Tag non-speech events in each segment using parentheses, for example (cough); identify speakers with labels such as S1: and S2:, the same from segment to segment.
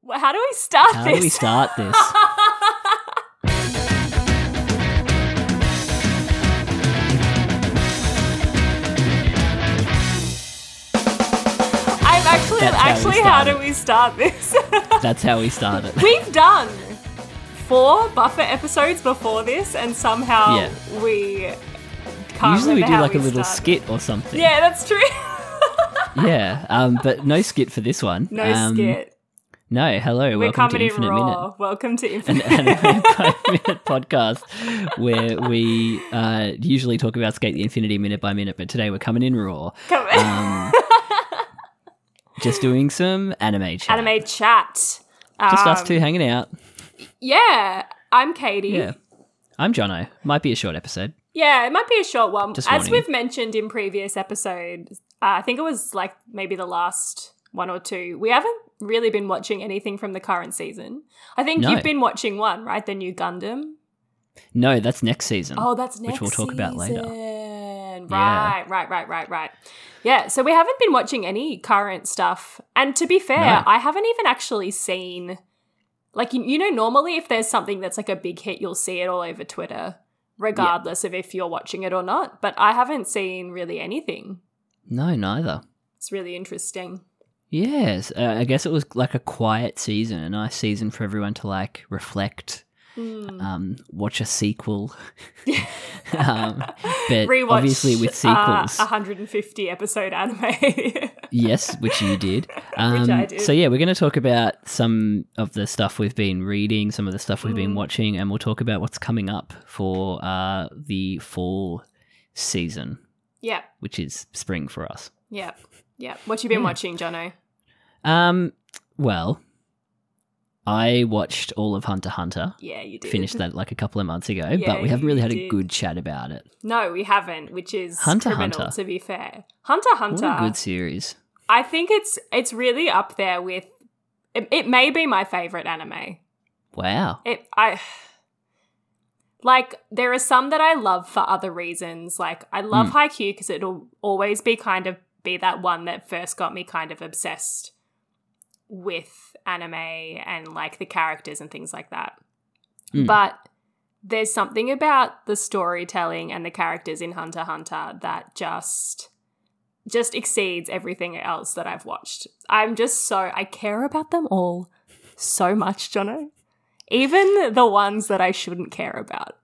S1: Wh- How do we start
S2: How
S1: this? (laughs)
S2: do we start this?
S1: I'm actually,
S2: That's how we
S1: actually, how
S2: start
S1: do
S2: it.
S1: we start this? (laughs)
S2: That's how we start it.
S1: We've done four buffer episodes before this, and somehow
S2: Yeah.
S1: we can't
S2: Usually we
S1: remember
S2: do
S1: how
S2: like a little
S1: start.
S2: skit or something.
S1: Yeah, that's true. (laughs)
S2: Yeah, Um, but no skit for this one.
S1: no
S2: um,
S1: skit.
S2: No. Hello.
S1: We're
S2: welcome
S1: coming
S2: to
S1: in
S2: Infinite
S1: raw.
S2: Minute. (laughs)
S1: Welcome to Infinite.
S2: an (laughs) anime by minute podcast where we uh, usually talk about skate the infinity minute by minute, but today we're coming in raw.
S1: Come-
S2: Um, just doing some anime
S1: (laughs)
S2: chat.
S1: Anime chat.
S2: Just us
S1: Um,
S2: two hanging out.
S1: Yeah, I'm Katie.
S2: Yeah. I'm Jono. Might be a short episode.
S1: Yeah, it might be a short one.
S2: Just
S1: As
S2: warning.
S1: we've mentioned in previous episodes, uh, I think it was like maybe the last one or two. We haven't really been watching anything from the current season. I think
S2: No.
S1: you've been watching one, right? The new Gundam.
S2: No, that's next season.
S1: Oh, that's next.
S2: Which we'll talk about later.
S1: season.
S2: Yeah.
S1: Right, right, right, right, right. Yeah, so we haven't been watching any current stuff. And to be fair,
S2: No.
S1: I haven't even actually seen like you, you know normally if there's something that's like a big hit, you'll see it all over Twitter regardless of if you're watching it or not, but I haven't seen really anything.
S2: No, neither.
S1: It's really interesting.
S2: Yes. Uh, I guess it was like a quiet season, a nice season for everyone to like reflect,
S1: Mm.
S2: um, watch
S1: (laughs)
S2: a sequel. um, but
S1: Rewatched,
S2: obviously with
S1: uh,
S2: sequels.
S1: 150 episode anime. (laughs)
S2: yes, which you did. Um,
S1: I did.
S2: So yeah, we're going to talk about some of the stuff we've been reading, some of the stuff we've
S1: Hmm.
S2: been watching, and we'll talk about what's coming up for uh, the fall season,
S1: yeah.
S2: which is spring for us.
S1: Yeah. Yeah. What you been
S2: Yeah.
S1: watching, Jono?
S2: Um, well, I watched all of Hunter x Hunter.
S1: Yeah, you did.
S2: Finished that like a couple of months ago,
S1: Yeah,
S2: but we haven't really
S1: you
S2: had a
S1: did.
S2: good chat about it.
S1: No, we haven't, which is
S2: Hunter,
S1: criminal
S2: Hunter.
S1: to be fair. Hunter
S2: What
S1: Hunter.
S2: a good series!
S1: I think it's it's really up there with it, it may be my favorite anime.
S2: Wow.
S1: It I like there are some that I love for other reasons. Like I love
S2: Mm.
S1: Haikyuu because it'll always be kind of be that one that first got me kind of obsessed with anime and like the characters and things like that.
S2: Mm.
S1: But there's something about the storytelling and the characters in Hunter x Hunter that just just exceeds everything else that I've watched. I'm just so I care about them all so much, Jono. Even the ones that I shouldn't care about.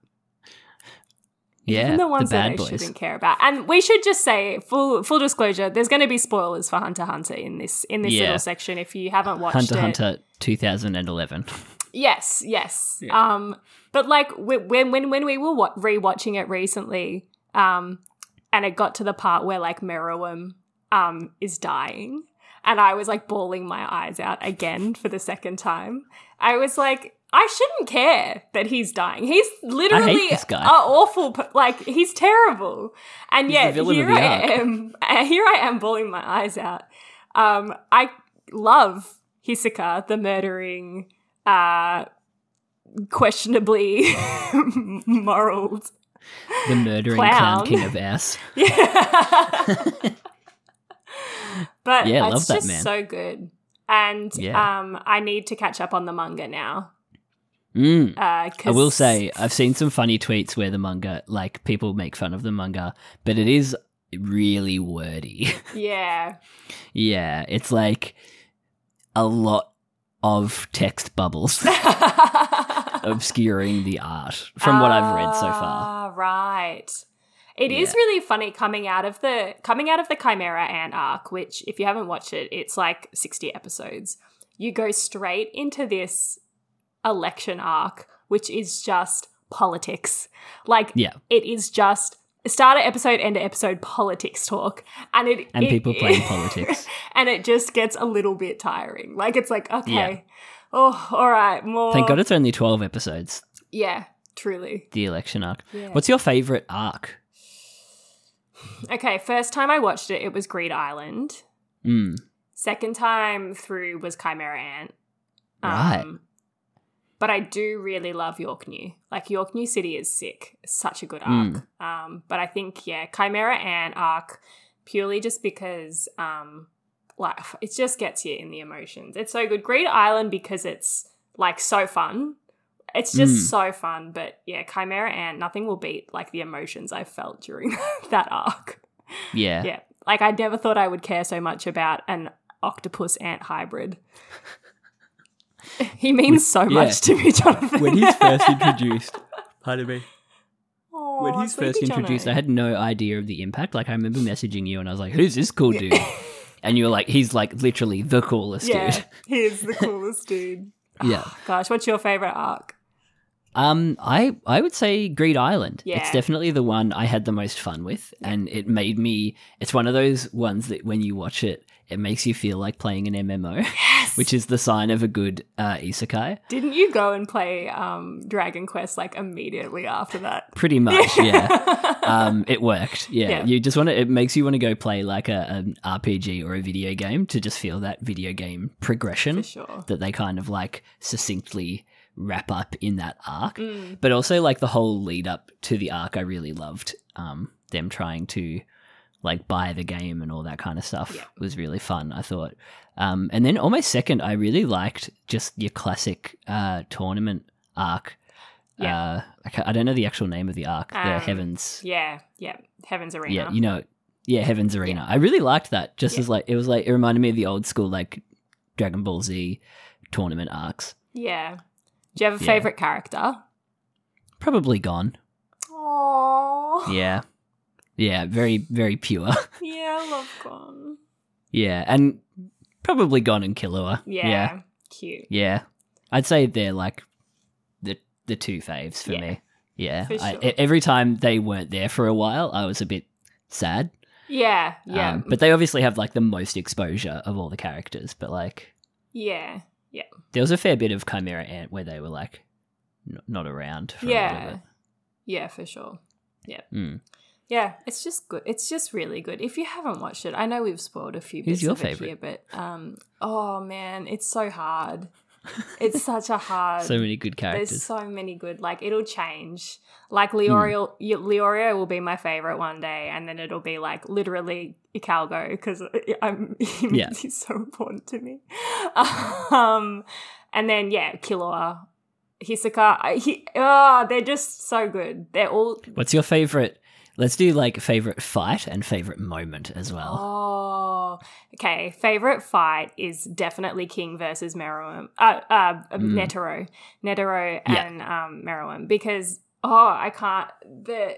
S2: Yeah,
S1: Even the ones that
S2: bad
S1: I
S2: boys.
S1: shouldn't
S2: (laughs)
S1: care about. And we should just say full full disclosure, there's gonna be spoilers for Hunter x Hunter in this in this
S2: Yeah.
S1: little section if you haven't watched
S2: Hunter
S1: it.
S2: x Hunter
S1: (laughs)
S2: 2011.
S1: Yes, yes.
S2: Yeah.
S1: Um, but like wh- when when when we were wa- rewatching it recently, um, and it got to the part where like Meruem um is dying, and I was like bawling my eyes out again for the second time. I was like. I shouldn't care that he's dying. He's literally
S2: this guy.
S1: a awful, p- like he's terrible. And
S2: He's the
S1: yet
S2: villain of
S1: here
S2: the
S1: I
S2: arc.
S1: am, (laughs) here I am bawling my eyes out. Um, I love Hisoka, the murdering, uh, questionably (laughs)
S2: (laughs)
S1: morals.
S2: the murdering clown,
S1: Clown.
S2: king of ass.
S1: Yeah. but
S2: Yeah,
S1: it's
S2: love that
S1: just
S2: man.
S1: so good. And
S2: Yeah.
S1: um, I need to catch up on the manga now.
S2: Mm.
S1: Uh, 'cause-
S2: I will say I've seen some funny tweets where the manga, like people make fun of the manga, but it is really wordy.
S1: (laughs)
S2: (laughs)
S1: yeah,
S2: yeah, it's like a lot of text bubbles
S1: (laughs)
S2: obscuring the art from what I've read so
S1: Ah,
S2: far.
S1: Right. it is
S2: Yeah.
S1: really funny coming out of the coming out of the Chimera Ant arc, which if you haven't watched it, it's like 60 episodes. You go straight into this election arc, which is just politics. Like
S2: Yeah.
S1: it is just start of episode, end of episode politics talk, and it
S2: And
S1: it-
S2: people
S1: (laughs)
S2: playing politics.
S1: and it just gets a little bit tiring. Like it's like okay,
S2: Yeah.
S1: oh, all right, more.
S2: Thank God it's only 12 episodes,
S1: Yeah, truly.
S2: the election arc.
S1: Yeah.
S2: What's your favorite arc?
S1: Okay, first time I watched it, it was Greed Island.
S2: Mm.
S1: Second time through was Chimera Ant. Um,
S2: Right.
S1: But I do really love York New. Like York New City is sick. It's such a good arc. Um, but I think yeah, Chimera Ant arc purely just because um, like it just gets you in the emotions. It's so good. Greed Island because it's like so fun. It's just
S2: Mm.
S1: so fun. But yeah, Chimera Ant. Nothing will beat like the emotions I felt during (laughs) that arc.
S2: Yeah.
S1: Yeah. Like I never thought I would care so much about an octopus ant hybrid. (laughs) he means so
S2: yeah.
S1: much to me, Jonathan. (laughs)
S2: introduced, pardon me.
S1: Aw,
S2: When he's first
S1: sleepy
S2: introduced,
S1: Jono.
S2: I had no idea of the impact. Like, I remember messaging you and I was like, who's this cool dude?
S1: (laughs)
S2: and you were like, he's like literally the coolest
S1: yeah,
S2: dude. (laughs)
S1: he is the coolest dude.
S2: Yeah.
S1: Gosh, what's your favorite arc?
S2: Um, I I would say Greed Island. It's
S1: Yeah.
S2: definitely the one I had the most fun with, and it made me. It's one of those ones that when you watch it, it makes you feel like playing an MMO, (laughs) which is the sign of a good uh, isekai.
S1: Didn't you go and play um, Dragon Quest like immediately after that? (laughs)
S2: Pretty much, yeah. Um, it worked. Yeah.
S1: Yeah.
S2: you just want to. It makes you want to go play like a an RPG or a video game to just feel that video game
S1: (laughs)
S2: progression.
S1: For sure.
S2: that they kind of like succinctly wrap up in that arc.
S1: Mm.
S2: But also like the whole lead up to the arc I really loved. Um them trying to like buy the game and all that kind of stuff
S1: Yeah.
S2: was really fun, I thought. Um and then almost second I really liked just your classic uh tournament arc.
S1: Yeah.
S2: Uh I, ca- I don't know the actual name of the arc, the
S1: Um,
S2: Heavens
S1: Yeah, yeah. Heaven's Arena.
S2: yeah, you know, yeah, Heaven's Arena. I really liked that. Just
S1: Yeah.
S2: as like it was like it reminded me of the old school like Dragon Ball Z tournament arcs.
S1: Yeah. Do you have a
S2: Yeah.
S1: favorite character? (gasps)
S2: Probably gone.
S1: Aww.
S2: Yeah, yeah, very very pure. (laughs)
S1: Yeah, I love Gon.
S2: yeah, and probably gone and Killua. yeah,
S1: yeah. Cute.
S2: Yeah. I'd say they're like the the two faves for
S1: Yeah.
S2: me. Yeah,
S1: For
S2: I-
S1: sure.
S2: e- every time they weren't there for a while, I was a bit sad.
S1: Yeah, yeah,
S2: Um, but they obviously have like the most exposure of all the characters. But like,
S1: yeah, yeah,
S2: there was a fair bit of Chimera Ant where they were like n- not around. For A
S1: yeah,
S2: little
S1: yeah, for sure. Yeah,
S2: bit. Mm.
S1: yeah. It's just good. It's just really good. If you haven't watched it, I know we've spoiled a few.
S2: Who's
S1: bits
S2: your
S1: of it Here, but um, oh man, it's so hard. It's such
S2: (laughs)
S1: a hard.
S2: So many good
S1: there's
S2: characters.
S1: so many good. Like it'll change. Like
S2: Hmm.
S1: Leorio, y Leorio will be my favorite one day, and then it'll be like literally Icalgo because I'm (laughs)
S2: Yeah.
S1: he's so important to me. (laughs) Um, and then yeah, Killua, Hisoka. I- He, oh, they're just so good. They're all.
S2: What's your favorite? Let's do like favorite fight and favorite moment as well.
S1: Oh, okay. Favorite fight is definitely King versus Meruem, uh, uh, Netero, Netero
S2: Mm. Yeah.
S1: and um, Meruem because oh, I can't. The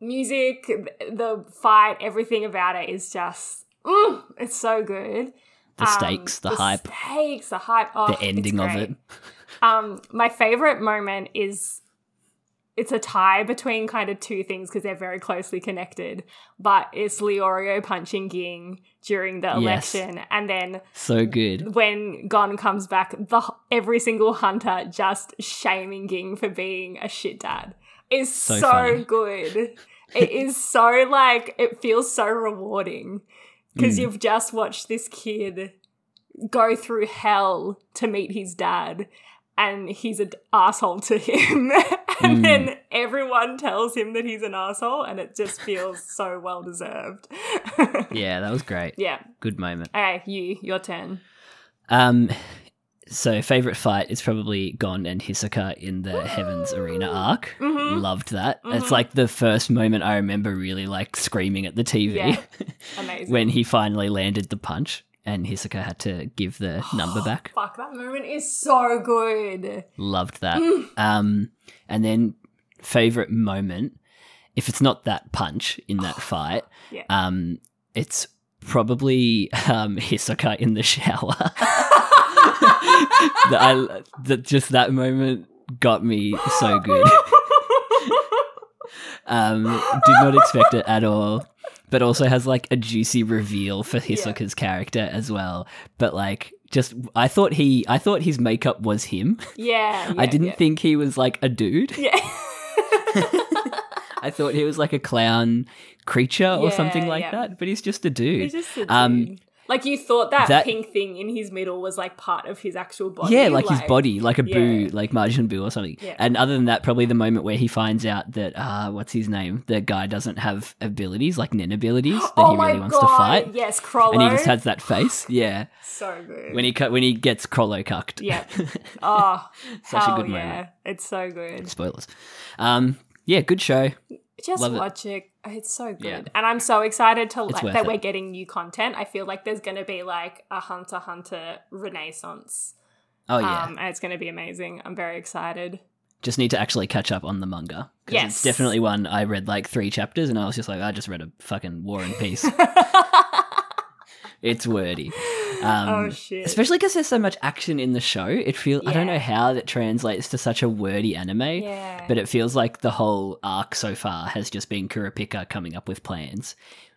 S1: music, the fight, everything about it is just mm, it's so good.
S2: the
S1: Um,
S2: stakes, the, hype,
S1: stakes, the hype, oh,
S2: the ending of it.
S1: Um, my favorite moment is it's a tie between kind of two things because they're very closely connected. But it's Leorio punching Ging during the
S2: Yes.
S1: election, and then
S2: So good.
S1: when Gon comes back, the every single hunter just shaming Ging for being a shit dad is so,
S2: funny. (laughs)
S1: good. it is so like it feels so rewarding
S2: Hmm.
S1: because you've just watched this kid go through hell to meet his dad and he's an asshole to him (laughs)
S2: Hmm.
S1: and then everyone tells him that he's an asshole and it just feels so well deserved (laughs)
S2: Yeah, that was great.
S1: yeah
S2: Good moment.
S1: okay you your turn
S2: Um, so favorite fight is probably Gon and Hisoka in the Heavens Arena arc. Loved that. It's like the first moment I remember really like screaming at the TV (laughs)
S1: Yeah. amazing
S2: when he finally landed the punch and Hisoka had to give the number back.
S1: Fuck, that moment is so good.
S2: Loved that. Um, and then favorite moment, if it's not that punch in that fight,
S1: Yeah.
S2: um, it's probably um, (laughs) Hisoka in the shower. that I that just that moment got me so good. Um, did not expect it at all, but also has like a juicy reveal for Hisoka's character as well. But like, just I thought he, I thought his makeup was him.
S1: Yeah.
S2: I
S1: yeah,
S2: didn't
S1: yeah.
S2: think he was like a dude.
S1: Yeah.
S2: (laughs)
S1: (laughs)
S2: I thought he was like a clown creature or
S1: Yeah,
S2: something like
S1: yeah.
S2: that, but he's just a dude.
S1: He's just a
S2: Um,
S1: dude. like you thought that,
S2: that-
S1: pink thing in his middle was like part of his actual body.
S2: yeah, like, his body, like a boo,
S1: yeah.
S2: like Margin Boo or something.
S1: Yeah.
S2: And other than that, probably the moment where he finds out that uh, what's his name, the guy doesn't have abilities, like nin abilities that
S1: (gasps) oh
S2: he
S1: my
S2: really wants
S1: god!
S2: to fight,
S1: Yes, Crollo.
S2: and he just has that
S1: (laughs)
S2: face. Yeah,
S1: so good.
S2: when he cu- when he gets Crollo cucked.
S1: yeah. Oh,
S2: (laughs) Such a
S1: hell
S2: good
S1: yeah.
S2: moment.
S1: It's so good.
S2: (laughs) spoilers. Um, yeah, good show.
S1: Just
S2: Love it.
S1: watch it. Oh, It's so good,
S2: Yeah.
S1: and I'm so excited to like
S2: worth
S1: that
S2: it.
S1: we're getting new content. I feel like there's going to be like a Hunter x Hunter renaissance,
S2: Oh yeah,
S1: um, and it's going to be amazing. I'm very excited. (laughs)
S2: just need to actually catch up on the manga. 'cause
S1: Yes.
S2: it's definitely one I read like three chapters, and I was just like, I just read a fucking War and
S1: (laughs)
S2: Peace. It's wordy. Um,
S1: oh shit!
S2: Especially because there's so much action in the show, it feels I don't
S1: Yeah.
S2: know how that translates to such a wordy anime,
S1: Yeah.
S2: but it feels like the whole arc so far has just been Kurapika coming up with plans,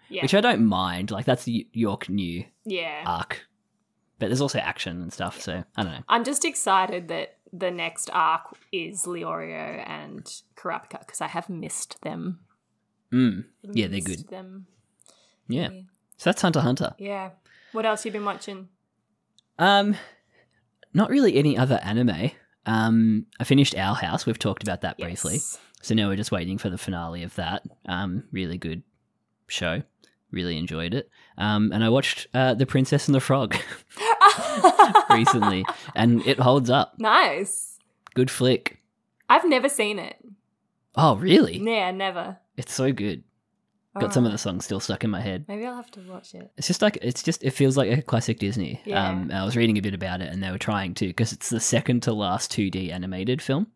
S1: yeah.
S2: which I don't mind. Like that's the York new
S1: yeah.
S2: arc, but there's also action and stuff, so I don't know.
S1: I'm just excited that the next arc is Leorio and Karapika because I have missed them.
S2: Mm. Yeah, they're
S1: Missed
S2: good.
S1: Them.
S2: Yeah, so that's Hunter x Hunter.
S1: Yeah. What else you been watching?
S2: Um, not really any other anime. Um, I finished Our House. We've talked about that briefly.
S1: Yes.
S2: So now we're just waiting for the finale of that. Um, really good show. Really enjoyed it. Um, and I watched uh, The Princess and the Frog (laughs)
S1: (laughs)
S2: recently, and it holds up.
S1: nice.
S2: Good flick.
S1: I've never seen it.
S2: Oh, really?
S1: Yeah, never.
S2: It's so good. Got some
S1: oh.
S2: of the songs still stuck in my head.
S1: Maybe I'll have to watch it.
S2: It's just like it's just it feels like a classic Disney.
S1: Yeah.
S2: Um, I was reading a bit about it, and they were trying to because it's the second to last 2D animated film.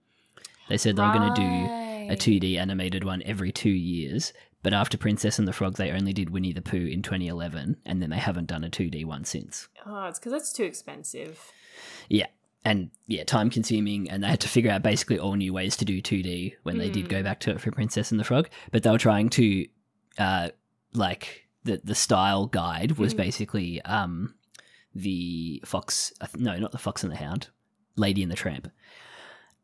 S2: They said they were going to do a
S1: Right.
S2: 2D animated one every two years. But after Princess and the Frog, they only did Winnie the Pooh in 2011, and then they haven't done a 2D one since.
S1: Oh, it's because it's too expensive.
S2: Yeah. And yeah, time consuming, and they had to figure out basically all new ways to do 2D when they did
S1: Mm.
S2: go back to it for Princess and the Frog. But they were trying to, uh, like, the, the style guide was
S1: Mm.
S2: basically um, the Fox, I th- no, not the Fox and the Hound, Lady and the Tramp.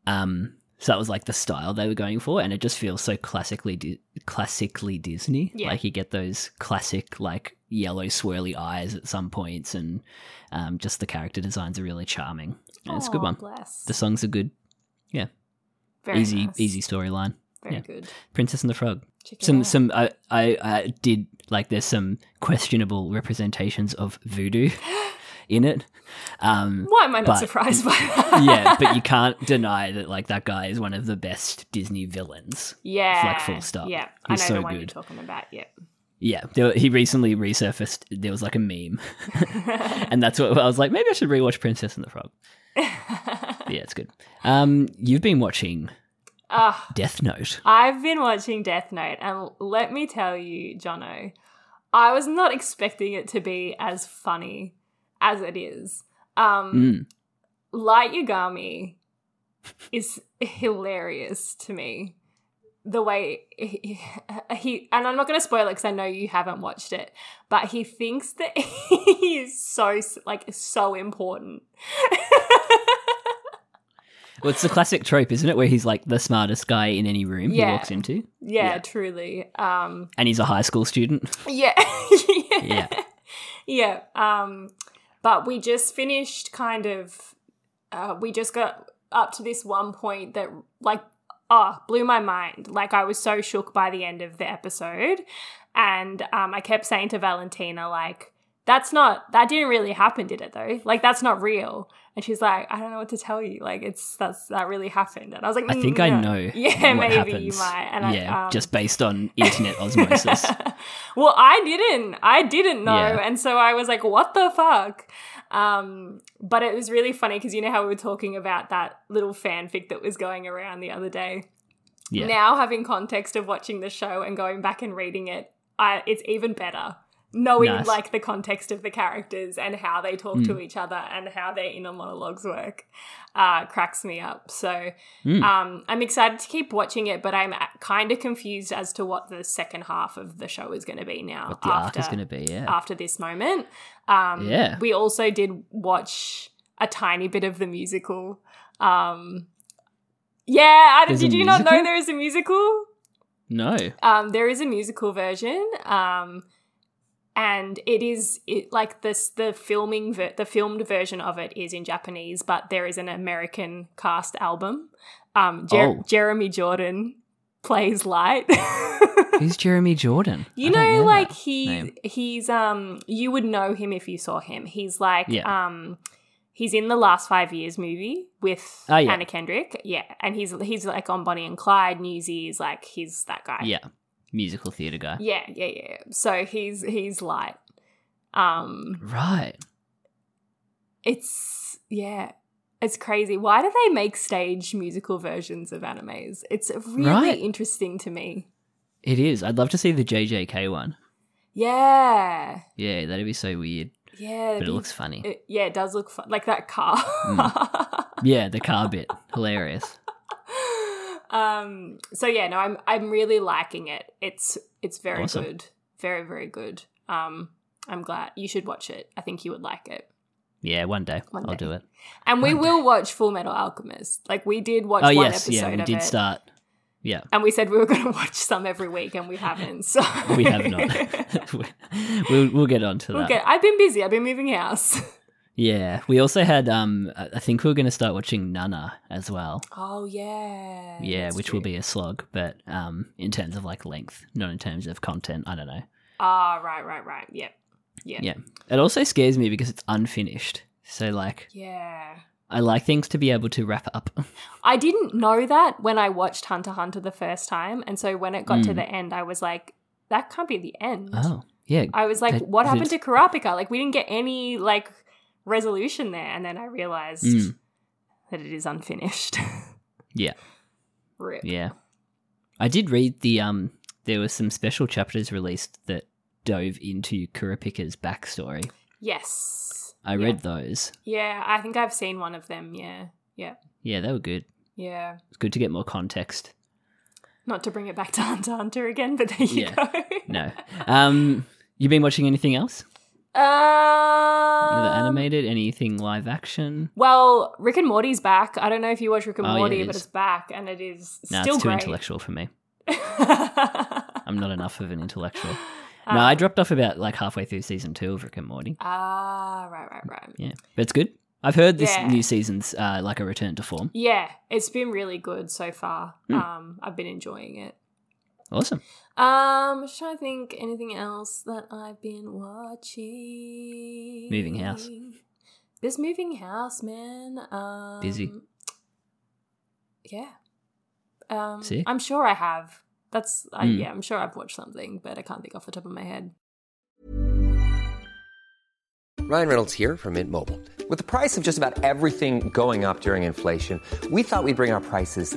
S2: Um, so that was like the style they were going for, and it just feels so classically, di- classically Disney.
S1: Yeah.
S2: Like you get those classic, like yellow swirly eyes at some points, and um, just the character designs are really charming. And it's a good
S1: Aw,
S2: one.
S1: Oh, Bless.
S2: The songs are good.
S1: Very
S2: easy,
S1: nice.
S2: easy storyline.
S1: Very
S2: yeah.
S1: good.
S2: Princess and the Frog.
S1: Check it
S2: Some,
S1: out.
S2: some. I, I, I did like. There's some questionable representations of
S1: (gasps)
S2: voodoo in it. Um,
S1: Why am I not
S2: but-
S1: surprised by that?
S2: (laughs) yeah, but
S1: (laughs)
S2: you can't deny that like that guy is one of the best Disney villains.
S1: yeah,
S2: full stop.
S1: Yeah,
S2: He's
S1: I know
S2: so
S1: the one you're
S2: good.
S1: talking about.
S2: (laughs)
S1: Yeah. (laughs)
S2: Yeah, there, he recently resurfaced. There was like
S1: (laughs)
S2: a meme, and that's what I was like. Maybe I should rewatch Princess and the Frog. yeah, it's good. Um, you've been watching
S1: Ah,
S2: Death Note.
S1: I've been watching Death Note, and let me tell you, Jono, I was not expecting it to be as funny as it is. Um,
S2: Mm.
S1: Light Yagami is hilarious to me. The way he, he and I'm not going to spoil it because I know you haven't watched it, but he thinks that (laughs) he is so like so important. (laughs)
S2: Well, it's the classic trope, isn't it? Where he's like the smartest guy in any room he
S1: Yeah.
S2: walks into,
S1: Yeah,
S2: Yeah.
S1: truly. Um,
S2: and he's a high school student.
S1: Yeah. (laughs)
S2: Yeah.
S1: Yeah. Um, but we just finished kind of, uh, we just got up to this one point that, like, oh, blew my mind. Like, I was so shook by the end of the episode. And um, I kept saying to Valentina, like, that's not, that didn't really happen, did it though? Like, that's not real. And she's like, I don't know what to tell you. Like, it's, that's, that really happened. And I was like,
S2: I think
S1: "Mm,
S2: I
S1: no."
S2: know.
S1: (laughs) Yeah,
S2: what
S1: maybe
S2: happens.
S1: you might. And
S2: yeah,
S1: I, um,
S2: just based on
S1: (laughs)
S2: internet osmosis.
S1: well, I didn't. I didn't know.
S2: Yeah.
S1: And so I was like, what the fuck? Um, but it was really funny because you know how we were talking about that little fanfic that was going around the other day?
S2: Yeah,
S1: Now, having context of watching the show and going back and reading it, I, it's even better. knowing
S2: Nice. Mm.
S1: like the context of the characters and how they talk to each other and how their inner monologues work uh, cracks me up. So
S2: Mm.
S1: um, I'm excited to keep watching it, but I'm kind of confused as to what the second half of the show is going to be now.
S2: What the arc is going to be, yeah.
S1: (laughs) after Uh, this moment. Um,
S2: Yeah.
S1: We also did watch a tiny bit of the musical. Um, yeah, I,
S2: There's a
S1: did you not know
S2: musical?
S1: there is a musical?
S2: No.
S1: Um, there is a musical version, um, and it is it, like this. The filming, ver- the filmed version of it is in Japanese, but there is an American cast album. Um, Jer-
S2: Oh.
S1: Jeremy Jordan plays Light.
S2: Who's Jeremy Jordan?
S1: (laughs) You
S2: I don't
S1: know,
S2: that
S1: like he
S2: name.
S1: he's um you would know him if you saw him. He's like
S2: Yeah.
S1: um he's in the last five years movie with
S2: Oh, yeah.
S1: Anna Kendrick. Yeah. And he's he's like on Bonnie and Clyde, Newsies, like he's that guy.
S2: Yeah. Musical theatre guy.
S1: Yeah, yeah, yeah. So he's he's light. Um
S2: Right.
S1: it's yeah. It's crazy. Why do they make stage musical versions of animes? It's really
S2: Right.
S1: interesting to me.
S2: It is. I'd love to see the JJK one.
S1: Yeah.
S2: Yeah, that'd be so weird.
S1: Yeah.
S2: But it
S1: it'd be
S2: looks funny. Mm.
S1: It, yeah, it does look fun. like that car.
S2: Yeah, the car bit. Hilarious.
S1: (laughs) um. So yeah, no, I'm I'm really liking it. It's it's very
S2: Awesome.
S1: good, very very good. Um, I'm glad you should watch it. I think you would like it.
S2: Yeah, one day
S1: One
S2: I'll
S1: day.
S2: do it.
S1: And we
S2: One
S1: will watch Full Metal Alchemist. Like we did watch
S2: oh
S1: one
S2: yes,
S1: episode
S2: yeah, we
S1: of
S2: did
S1: it,
S2: start. Yeah,
S1: and we said we were going to (laughs) watch some every week, and we haven't. So
S2: (laughs) we
S1: (laughs)
S2: have not. (laughs) uh, we'll we'll get on to that.
S1: okay, I've been busy. I've been moving house. (laughs)
S2: Yeah, we also had. Um, I I think we are going to start watching Nana as well.
S1: Oh yeah.
S2: Yeah,
S1: that's
S2: which
S1: true.
S2: will be a slog, but um, in terms of like length, not in terms of content. I don't know.
S1: Ah, right, right, right. Yep. Yep.
S2: Yeah, it also scares me because it's unfinished. So like,
S1: Yeah.
S2: I like things to be able to wrap up.
S1: I didn't know that when I watched Hunter x Hunter the first time, and so when it got to the end, I was like, "That can't be the end."
S2: Hmm. oh, yeah.
S1: I was like,
S2: That-
S1: "What
S2: that's-
S1: happened to Kurapika? Like, we didn't get any like resolution there." And then I realized
S2: Mm.
S1: that it is unfinished. (laughs)
S2: Yeah,
S1: Rip.
S2: yeah. I did read the um. There were some special chapters released that dove into Kurapika's backstory.
S1: Yes.
S2: I
S1: Yeah.
S2: read those.
S1: Yeah, I think I've seen one of them. Yeah. Yeah.
S2: Yeah, they were good.
S1: Yeah.
S2: It's good to get more context.
S1: Not to bring it back to Hunter x Hunter again, but there you
S2: Yeah.
S1: go. (laughs)
S2: No. Um, you been watching anything else? Either
S1: Um,
S2: animated, anything live action?
S1: Well, Rick and Morty's back. I don't know if you watch Rick and
S2: Oh, yeah,
S1: Morty,
S2: it
S1: but
S2: is.
S1: it's back and it is
S2: No,
S1: still
S2: it's too
S1: great. (laughs)
S2: intellectual for me. I'm not enough of an
S1: (laughs)
S2: intellectual. No,
S1: Um,
S2: I dropped off about like halfway through season two of Rick and Morty.
S1: Ah, right, right, right.
S2: Yeah, but it's good. I've heard this
S1: Yeah.
S2: new season's uh, like a return to form.
S1: Yeah, it's been really good so far.
S2: Hmm.
S1: Um, I've been enjoying it.
S2: Awesome.
S1: Um, just trying to think anything else that I've been watching.
S2: Moving house.
S1: This moving house, man. Um,
S2: Busy.
S1: Yeah. Um,
S2: Sick.
S1: I'm sure I have. That's I
S2: Mm.
S1: yeah. I'm sure I've watched something, but I can't think off the top of my head.
S3: Ryan Reynolds here from Mint Mobile. With the price of just about everything going up during inflation, we thought we'd bring our prices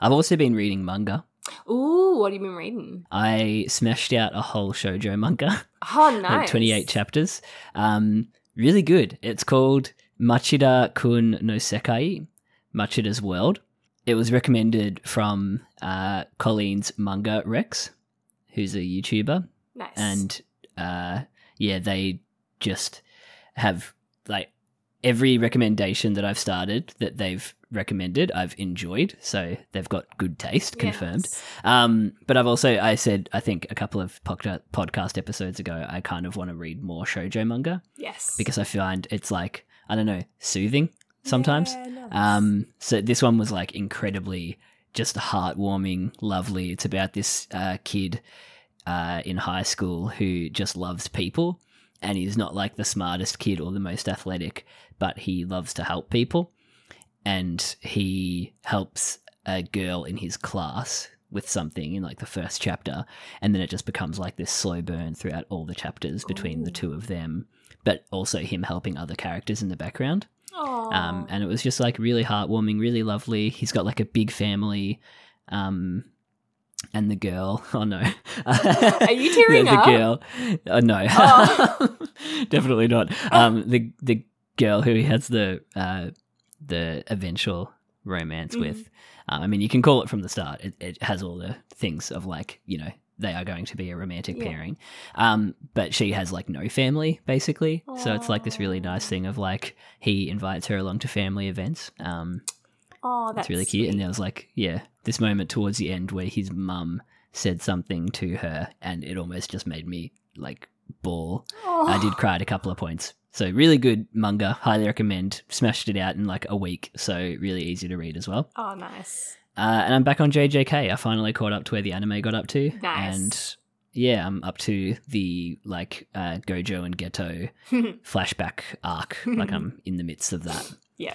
S2: I've also been reading manga.
S1: Ooh, what have you been reading?
S2: I smashed out a whole shoujo manga. (laughs)
S1: Oh,
S2: like
S1: nice.
S2: 28 chapters. Um, really good. It's called Machida Kun no Sekai, Machida's World. It was recommended from uh, Colleen's Manga Rex, who's a YouTuber.
S1: Nice.
S2: And uh, yeah, they just have like every recommendation that I've started that they've recommended, I've enjoyed. So they've got good taste confirmed.
S1: Yes.
S2: Um, but I've also I said I think a couple of podca- podcast episodes ago I kind of want to read more shoujo manga
S1: Yes.
S2: because I find it's like I don't know soothing sometimes.
S1: Yeah, nice.
S2: Um, so this one was like incredibly just heartwarming, lovely. It's about this uh, kid uh, in high school who just loves people, and he's not like the smartest kid or the most athletic, but he loves to help people, and he helps a girl in his class with something in like the first chapter and then it just becomes like this slow burn throughout all the chapters between the two of them but also him helping other characters in the background
S1: Aw.
S2: um, and it was just like really heartwarming, really lovely. He's got like a big family, um, and the girl. (laughs) Oh no, are (laughs)
S1: you tearing
S2: the,
S1: up?
S2: The girl. Oh no,
S1: Oh.
S2: (laughs) definitely not.
S1: (laughs)
S2: Um, the the girl who he has the uh, the eventual romance
S1: Mm-hmm.
S2: with. Um, I mean, you can call it from the start. It, it has all the things of like you know they are going to be a romantic
S1: Yeah.
S2: pairing, um, but she has like no family basically. So it's like this really nice thing of like he invites her along to family events. Um,
S1: oh, that's
S2: it's really cute. And there was like, yeah, this moment towards the end where his mum said something to her, and it almost just made me like bawl. I
S1: Oh.
S2: did cry at a couple of points. So really good manga, highly recommend. Smashed it out in like a week, so really easy to read as well.
S1: Oh, nice.
S2: Uh, and I'm back on JJK. I finally caught up to where the anime got up to.
S1: Nice.
S2: And yeah, I'm up to the like uh, Gojo
S1: (laughs)
S2: and Ghetto flashback arc. like I'm in the midst of that.
S1: Yeah.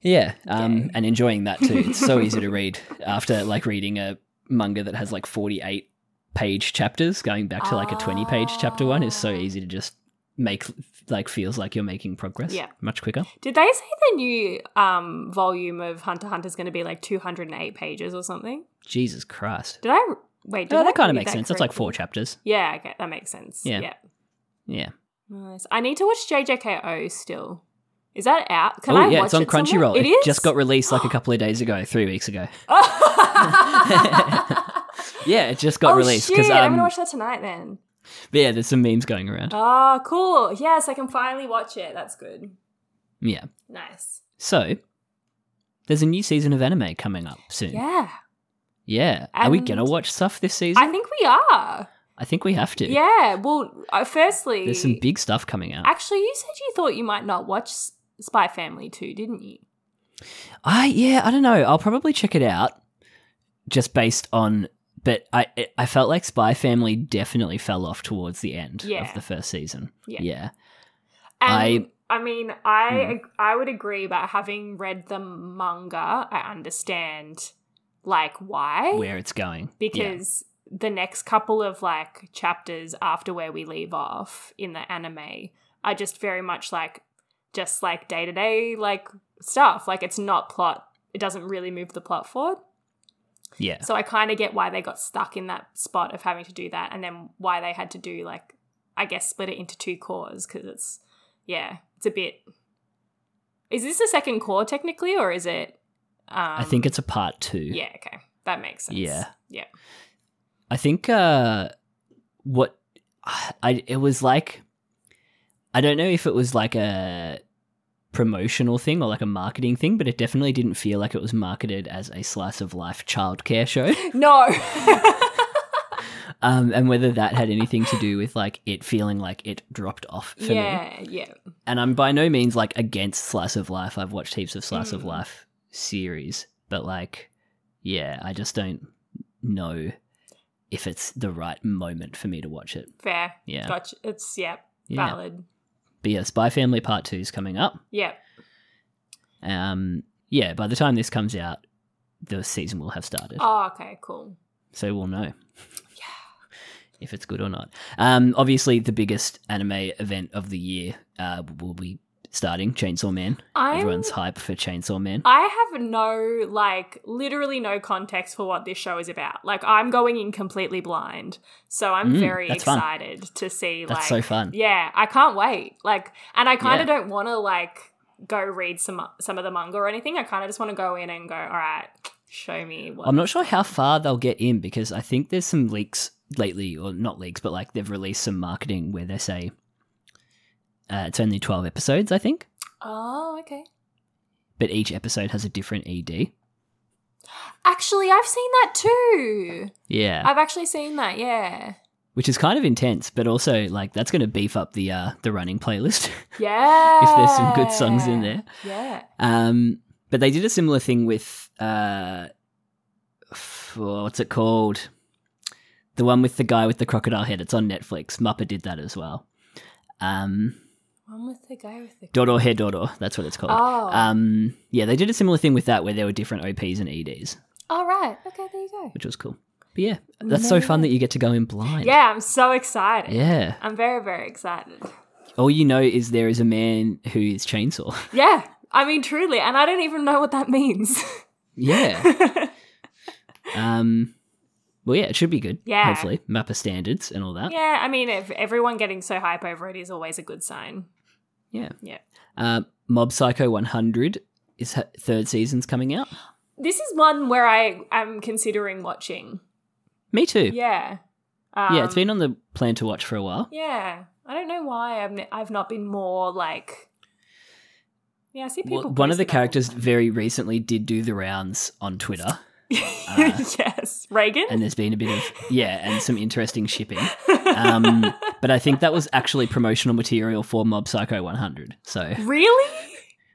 S2: Yeah, um, and enjoying that too. It's so easy
S1: (laughs)
S2: to read after like reading a manga that has like forty-eight page chapters. Going back to like a twenty-page chapter one is so easy to just make like feels like you're making progress.
S1: Ah. Yeah.
S2: much quicker.
S1: Did they say the new um, volume of Hunter x Hunter is going to be like 208 pages or something?
S2: Jesus Christ.
S1: Did I wait? Did
S2: Oh,
S1: I
S2: that kind of
S1: read
S2: makes sense. That's like four
S1: correctly?
S2: chapters.
S1: Yeah, okay, that makes sense.
S2: Yeah.
S1: Yeah.
S2: Yeah.
S1: Nice. I need to watch JJKO still. Is that out? Can
S2: oh
S1: I
S2: yeah,
S1: watch
S2: it's on
S1: it somewhere?
S2: Crunchyroll.
S1: It is. (laughs)
S2: just got
S1: (gasps)
S2: released like a couple of days ago, three weeks ago. Yeah, it just (laughs) got
S1: oh
S2: released
S1: shit!
S2: because
S1: I'm
S2: um,
S1: gonna watch that tonight then.
S2: yeah, there's some memes going around.
S1: Oh, cool. Yes, I can finally watch it. That's good.
S2: Yeah.
S1: Nice.
S2: So there's a new season of anime coming up soon.
S1: Yeah,
S2: Yeah. Are we
S1: And-
S2: gonna watch stuff this season?
S1: I think we are.
S2: I think we have to.
S1: Yeah. Well, uh, firstly,
S2: There's some big stuff coming out.
S1: Actually, you said you thought you might not watch S- Spy Family 2, didn't you?
S2: I yeah, I don't know. I'll probably check it out just based on but I it- I felt like Spy Family definitely fell off towards the end
S1: Yeah.
S2: of the first season.
S1: Yeah.
S2: Yeah.
S1: And, I mean, I
S2: Hmm.
S1: ag- I would agree, but having read the manga, I understand like why
S2: Where it's going. Yeah.
S1: because the next couple of like chapters after where we leave off in the anime are just very much like just like day to day like stuff. Like it's not plot. It doesn't really move the plot forward.
S2: Yeah.
S1: So I kind of get why they got stuck in that spot of having to do that, and then why they had to do like, I guess, split it into two cores because it's, yeah, it's a bit. Is this the second core technically, or is it? Um,
S2: I think it's a part two.
S1: Yeah. Okay, that makes sense.
S2: Yeah.
S1: Yeah.
S2: I think uh, what I it was like. I don't know if it was like a promotional thing or like a marketing thing, but it definitely didn't feel like it was marketed as a slice of life childcare show. (laughs)
S1: No. (laughs)
S2: Um, and whether that had anything to do with like it feeling like it dropped off for me.
S1: yeah. Yeah.
S2: And I'm by no means like against slice of life. I've watched heaps of slice of life series, but like, yeah, I just don't know if it's the right moment for me to watch it.
S1: Fair.
S2: Yeah.
S1: Gotcha. It's yeah.
S2: Yeah.
S1: Valid.
S2: But yeah, Spy Family Part Two is coming up.
S1: Yeah.
S2: Um, yeah, by the time this comes out, the season will have started,
S1: Oh. Okay. Cool.
S2: so we'll know. If it's good or not. Um, obviously, the biggest anime event of the year uh, will be starting Chainsaw Man.
S1: I'm-
S2: Everyone's hype for Chainsaw Man.
S1: I have no, like, literally no context for what this show is about. Like, I'm going in completely blind. So I'm
S2: Mm,
S1: very
S2: that's fun.
S1: excited to see, like,
S2: That's so fun.
S1: Yeah, I can't wait. Like, and I kind
S2: Yeah.
S1: of don't want to, like, go read some some of the manga or anything. I kind of just want to go in and go, all right, show me what.
S2: I'm not sure how far they'll get in because I think there's some leaks lately, or not leaks, but like they've released some marketing where they say Uh, it's only 12 episodes, I think,
S1: Oh, okay.
S2: but each episode has a different E ED.
S1: Actually, I've seen that too.
S2: Yeah.
S1: I've actually seen that.
S2: (laughs)
S1: Yeah.
S2: which is kind of intense, but also like that's going to beef up the uh, the running playlist. (laughs)
S1: Yeah.
S2: there's some good songs in there.
S1: Yeah.
S2: um, but they did a similar thing with uh, (sighs) f- oh, what's it called? The one with the guy with the crocodile head. It's on Netflix. Muppa did that as well. Um,
S1: One with the guy with the.
S2: Doro He Doro. That's what it's called.
S1: Oh.
S2: Um, yeah, they did a similar thing with that where there were different OPs and EDs,
S1: All right. Okay. There you go.
S2: which was cool. But yeah, that's so fun that you get to go in blind.
S1: Yeah, I'm so excited.
S2: Yeah.
S1: I'm very, very excited.
S2: All you know is there is a man who is chainsaw. (laughs)
S1: Yeah. I mean, truly, and I don't even know what that means. (laughs)
S2: Yeah. um. Well, yeah, it should be good.
S1: Yeah.
S2: Hopefully, Mappa standards and all that.
S1: yeah, I mean, if everyone getting so hype over it is always a good sign.
S2: Yeah.
S1: Yeah.
S2: Uh, Mob Psycho 100 is her third season's coming out.
S1: This is one where I am considering watching.
S2: Me too.
S1: Yeah. Um,
S2: Yeah, it's been on the plan to watch for a while.
S1: Yeah. I don't know why I'm, I've not been more like. Yeah, I see people.
S2: Well, one
S1: posting
S2: of the
S1: that all
S2: characters
S1: time.
S2: very recently did do the rounds
S1: (laughs)
S2: on Twitter,
S1: yes. Reagan?
S2: uh, and there's been a bit of yeah, and some interesting shipping.
S1: (laughs)
S2: Um, but I think that was actually promotional material for Mob Psycho 100. So
S1: Really?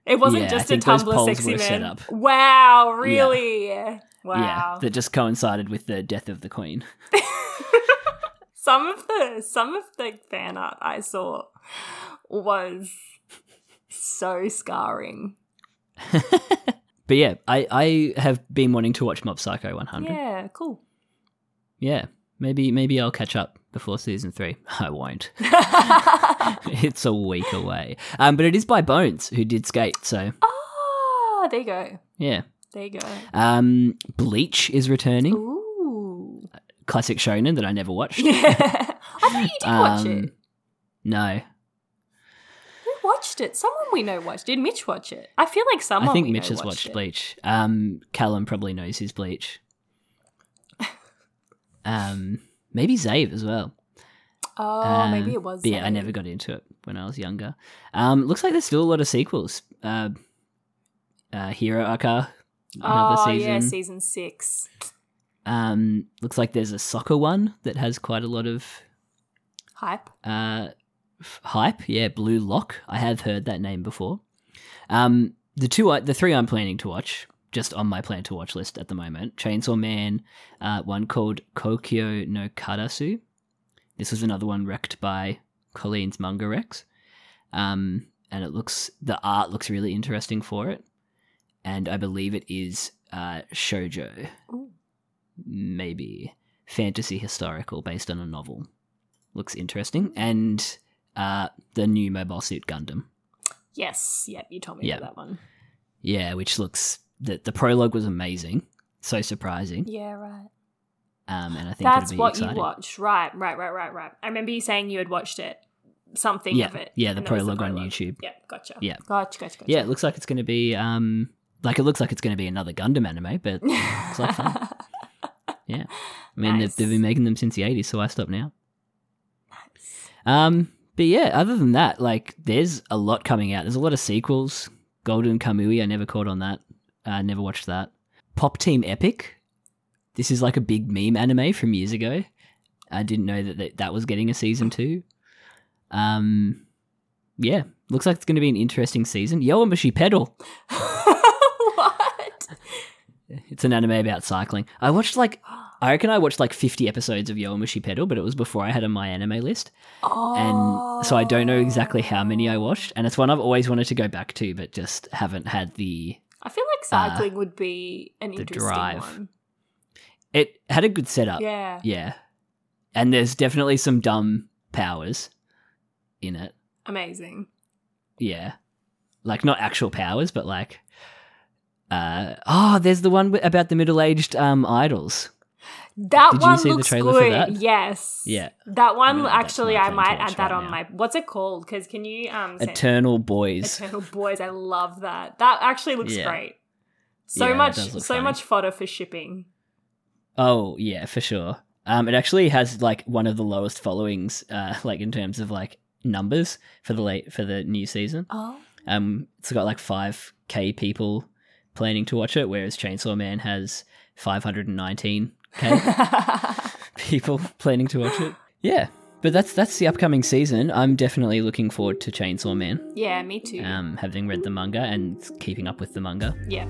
S1: It wasn't
S2: Yeah, I
S1: just a
S2: think those
S1: Tumblr
S2: polls
S1: sexy
S2: were set
S1: man.
S2: up.
S1: Wow, really?
S2: yeah,
S1: Wow.
S2: that just coincided with the death of the Queen.
S1: some of the some of the fan art I saw was so scarring.
S2: But yeah, I, I have been wanting to watch Mob Psycho 100. Yeah.
S1: Yeah, cool. (laughs)
S2: maybe maybe I'll catch up before season three. (laughs) I won't.
S1: Ah,
S2: it's a week away. Um, but it is by Bones who did Skate, so
S1: Oh, there you go.
S2: yeah.
S1: There you go.
S2: Um, Bleach is returning,
S1: Ooh.
S2: classic shonen that I
S1: (laughs)
S2: never watched.
S1: Yeah. (laughs) I thought you did watch
S2: Um,
S1: it.
S2: No,
S1: Who watched it? Someone we know watched. Did Mitch watch it? I feel like someone.
S2: I think
S1: we
S2: Mitch
S1: know
S2: has
S1: watched,
S2: watched
S1: it.
S2: Bleach. Um, Callum probably knows
S1: (laughs)
S2: his Bleach. Um, maybe Zave as well.
S1: Oh, maybe it
S2: Um,
S1: was.
S2: but yeah, I
S1: Zane.
S2: never got into it when I was younger. Um, looks like there's still a lot of sequels. Uh, uh, Hero Aka, another
S1: oh,
S2: season.
S1: yeah, season six.
S2: um, looks like there's a soccer one that has quite a lot of
S1: Hype.
S2: uh, f- hype. Yeah, Blue Lock. I have heard that name before. Um, the two, I, the three I'm planning to watch, just on my plan to watch list at the moment: Chainsaw Man, uh, one called Kokyo no Karasu. This was another one wrecked by Colleen's manga Rex, um, and it looks the art looks really interesting for it, and I believe it is uh, shojo, maybe fantasy historical based on a novel looks interesting, and uh, the new Mobile Suit Gundam.
S1: Yes. Yep. You told me
S2: Yeah.
S1: about that one.
S2: Yeah, which looks the the prologue was amazing, so surprising.
S1: Yeah. Right.
S2: Um, and I think
S1: That's
S2: it'll be
S1: what
S2: exciting.
S1: you watched. Right, right, right, right, right. I remember you saying you had watched it, something
S2: Yeah,
S1: of it.
S2: yeah, the
S1: and that was
S2: prologue on YouTube.
S1: Yeah, gotcha.
S2: Yeah.
S1: Gotcha, gotcha, gotcha.
S2: Yeah, it looks like it's going to be um, like it looks like it's going to be another Gundam anime, but it looks
S1: (laughs)
S2: like fun. Yeah, I mean
S1: Nice.
S2: they've, they've been making them since the '80s, so I stop now. Um, but yeah, other than that, like there's a lot coming out. There's a lot of sequels. Golden Kamui, I never caught on that. I never watched that. Pop Team Epic. This is like a big meme anime from years ago. I didn't know that that, that was getting a season two. Um, yeah, looks like it's going to be an interesting season. Yoamushi Pedal.
S1: (laughs) what?
S2: It's an anime about cycling. I watched like I reckon I watched like 50 episodes of Yoamushi Pedal, but it was before I had on my anime list. And so I don't know exactly how many I watched, and it's one I've always wanted to go back to but just haven't had the
S1: I feel like cycling would be an
S2: Uh, the
S1: interesting
S2: drive.
S1: one.
S2: It had a good setup.
S1: Yeah.
S2: Yeah. And there's definitely some dumb powers in it.
S1: Amazing.
S2: Yeah. Like not actual powers, but like uh oh, there's the one wi- about the middle-aged um idols.
S1: That
S2: Did you
S1: one
S2: see the
S1: looks
S2: trailer for
S1: good.
S2: that?
S1: Yes.
S2: Yeah.
S1: That
S2: I'm
S1: one
S2: gonna add that to
S1: actually,
S2: my
S1: I
S2: plan to
S1: might
S2: watch
S1: add that
S2: right
S1: on
S2: now.
S1: my. What's it called? Because can you um send-
S2: Eternal Boys.
S1: Eternal Boys? I love that. That actually looks
S2: Yeah.
S1: great. So
S2: Yeah, that
S1: much,
S2: does
S1: so
S2: look funny.
S1: much fodder for shipping.
S2: Oh yeah, for sure. Um, it actually has like one of the lowest followings, uh, like in terms of like numbers for the late for the new season.
S1: (laughs)
S2: (laughs)
S1: Oh.
S2: Um, it's got like five k people planning to watch it, whereas Chainsaw Man has five hundred and nineteen k
S1: (laughs)
S2: people planning to watch it. Yeah, but that's that's the upcoming season. I'm definitely looking forward to Chainsaw Man.
S1: yeah, me too.
S2: Um, having read the manga and keeping up with the manga.
S1: yeah.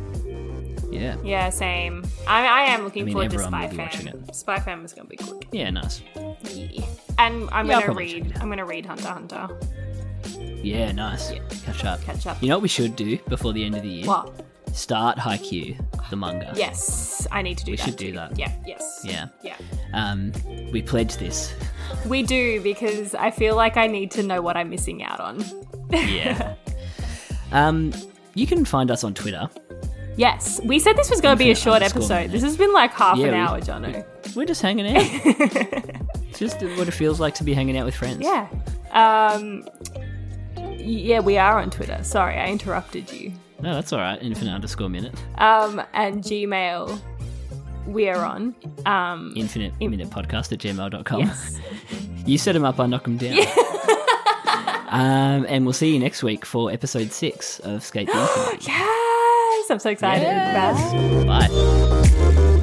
S2: Yeah,
S1: Yeah, same. I, I am looking
S2: I mean,
S1: forward to
S2: everyone
S1: Spy
S2: will be watching
S1: Fam. Spy Fam is gonna be good.
S2: yeah, nice.
S1: Yeah. And I'm
S2: Yeah,
S1: gonna
S2: I'll probably check
S1: read. I'm gonna read Hunter x Hunter.
S2: Yeah, nice. Catch up.
S1: Catch up.
S2: You know what we should do before the end of the year?
S1: What?
S2: Start Haikyuu, the manga.
S1: Yes, I need to do
S2: We
S1: that.
S2: should do
S1: too.
S2: that.
S1: Yeah. Yes.
S2: Yeah.
S1: Yeah.
S2: Um, we
S1: (laughs)
S2: pledge this.
S1: We do because I feel like I need to know what I'm missing out on.
S2: Yeah. um, you can find us on Twitter.
S1: Yes, we said this was going to be a
S2: Infinite
S1: short
S2: underscore
S1: episode.
S2: minute.
S1: This has been like half
S2: Yeah,
S1: an
S2: we-
S1: hour, Jono.
S2: We're just
S1: (laughs)
S2: hanging out. It's just what it feels like to be hanging out with friends.
S1: Yeah. Um. y- Yeah, we are on Twitter. Sorry, I interrupted you.
S2: No, that's all right. Infinite underscore minute.
S1: Um, and Gmail, we are on. Um,
S2: Infinite minute podcast at gmail.com.
S1: yes.
S2: (laughs) You set them up, I knock them down. (laughs) um, and we'll see you next week for episode six of Skate the Infinite.
S1: yes, I'm so excited. Bye.
S2: Bye.